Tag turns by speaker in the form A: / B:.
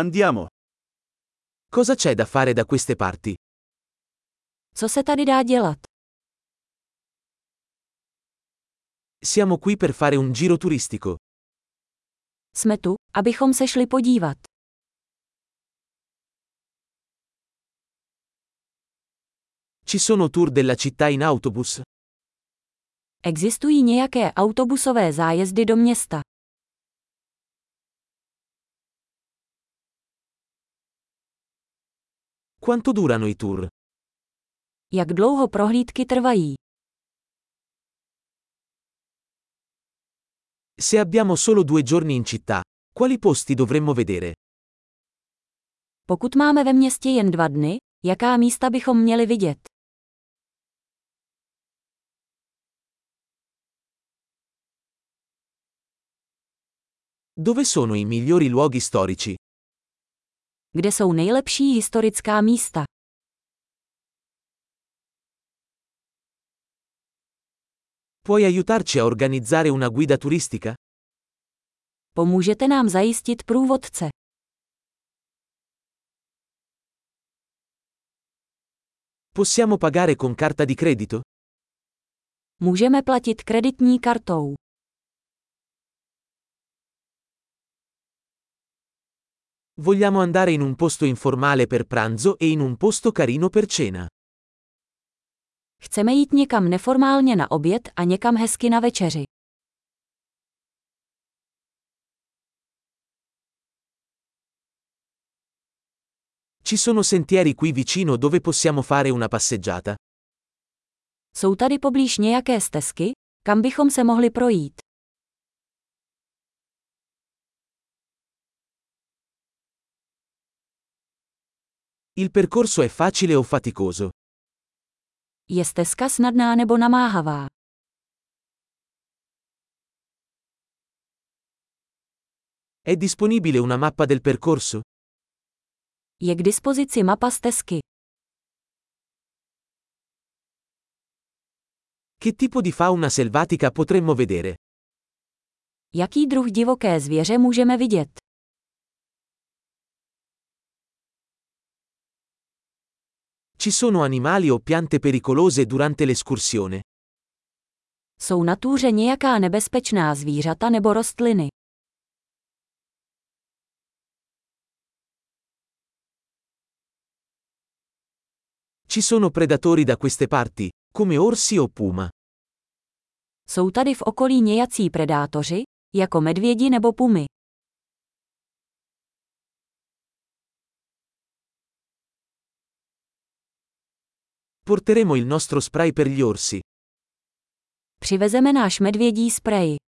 A: Andiamo. Cosa c'è da fare da queste parti?
B: Co se tady dá dělat?
A: Siamo qui per fare un giro turistico.
B: Jsme tu, abychom se šli podívat.
A: Ci sono tour della città in autobus?
B: Existují nějaké autobusové zájezdy do města.
A: Quanto durano i tour?
B: Jak dlouho prohlídky trvají?
A: Se abbiamo solo due giorni in città, quali posti dovremmo vedere?
B: Pokud máme ve městě jen dva dny, jaká místa bychom měli vidět?
A: Dove sono i migliori luoghi storici?
B: Kde jsou nejlepší historická místa?
A: Puoi aiutarci a organizzare una guida turistica?
B: Pomůžete nám zajistit průvodce.
A: Possiamo pagare con carta di credito?
B: Můžeme platit kreditní kartou.
A: Vogliamo andare in un posto informale per pranzo e in un posto carino per cena.
B: Chceme jít někam neformálně na oběd a někam hezky na večeři.
A: Ci sono sentieri qui vicino dove possiamo fare una passeggiata?
B: Jsou tady poblíž nějaké stezky, kam bychom se mohli projít.
A: Il percorso è facile o faticoso?
B: Je stezka snadná nebo namáhavá?
A: È disponibile una mappa del percorso?
B: Je k dispozici mapa stezky.
A: Che tipo di fauna selvatica potremmo vedere?
B: Jaký druh divoké zvěře můžeme vidět?
A: Ci sono animali o piante pericolose durante l'escursione?
B: Jsou na túře nějaká nebezpečná zvířata nebo rostliny?
A: Ci sono predatori da queste parti, come orsi o puma.
B: Jsou tady v okolí nějací predátoři, jako medvědi nebo pumy.
A: Porteremo il nostro spray per gli orsi.
B: Přivezeme náš medvědí sprej.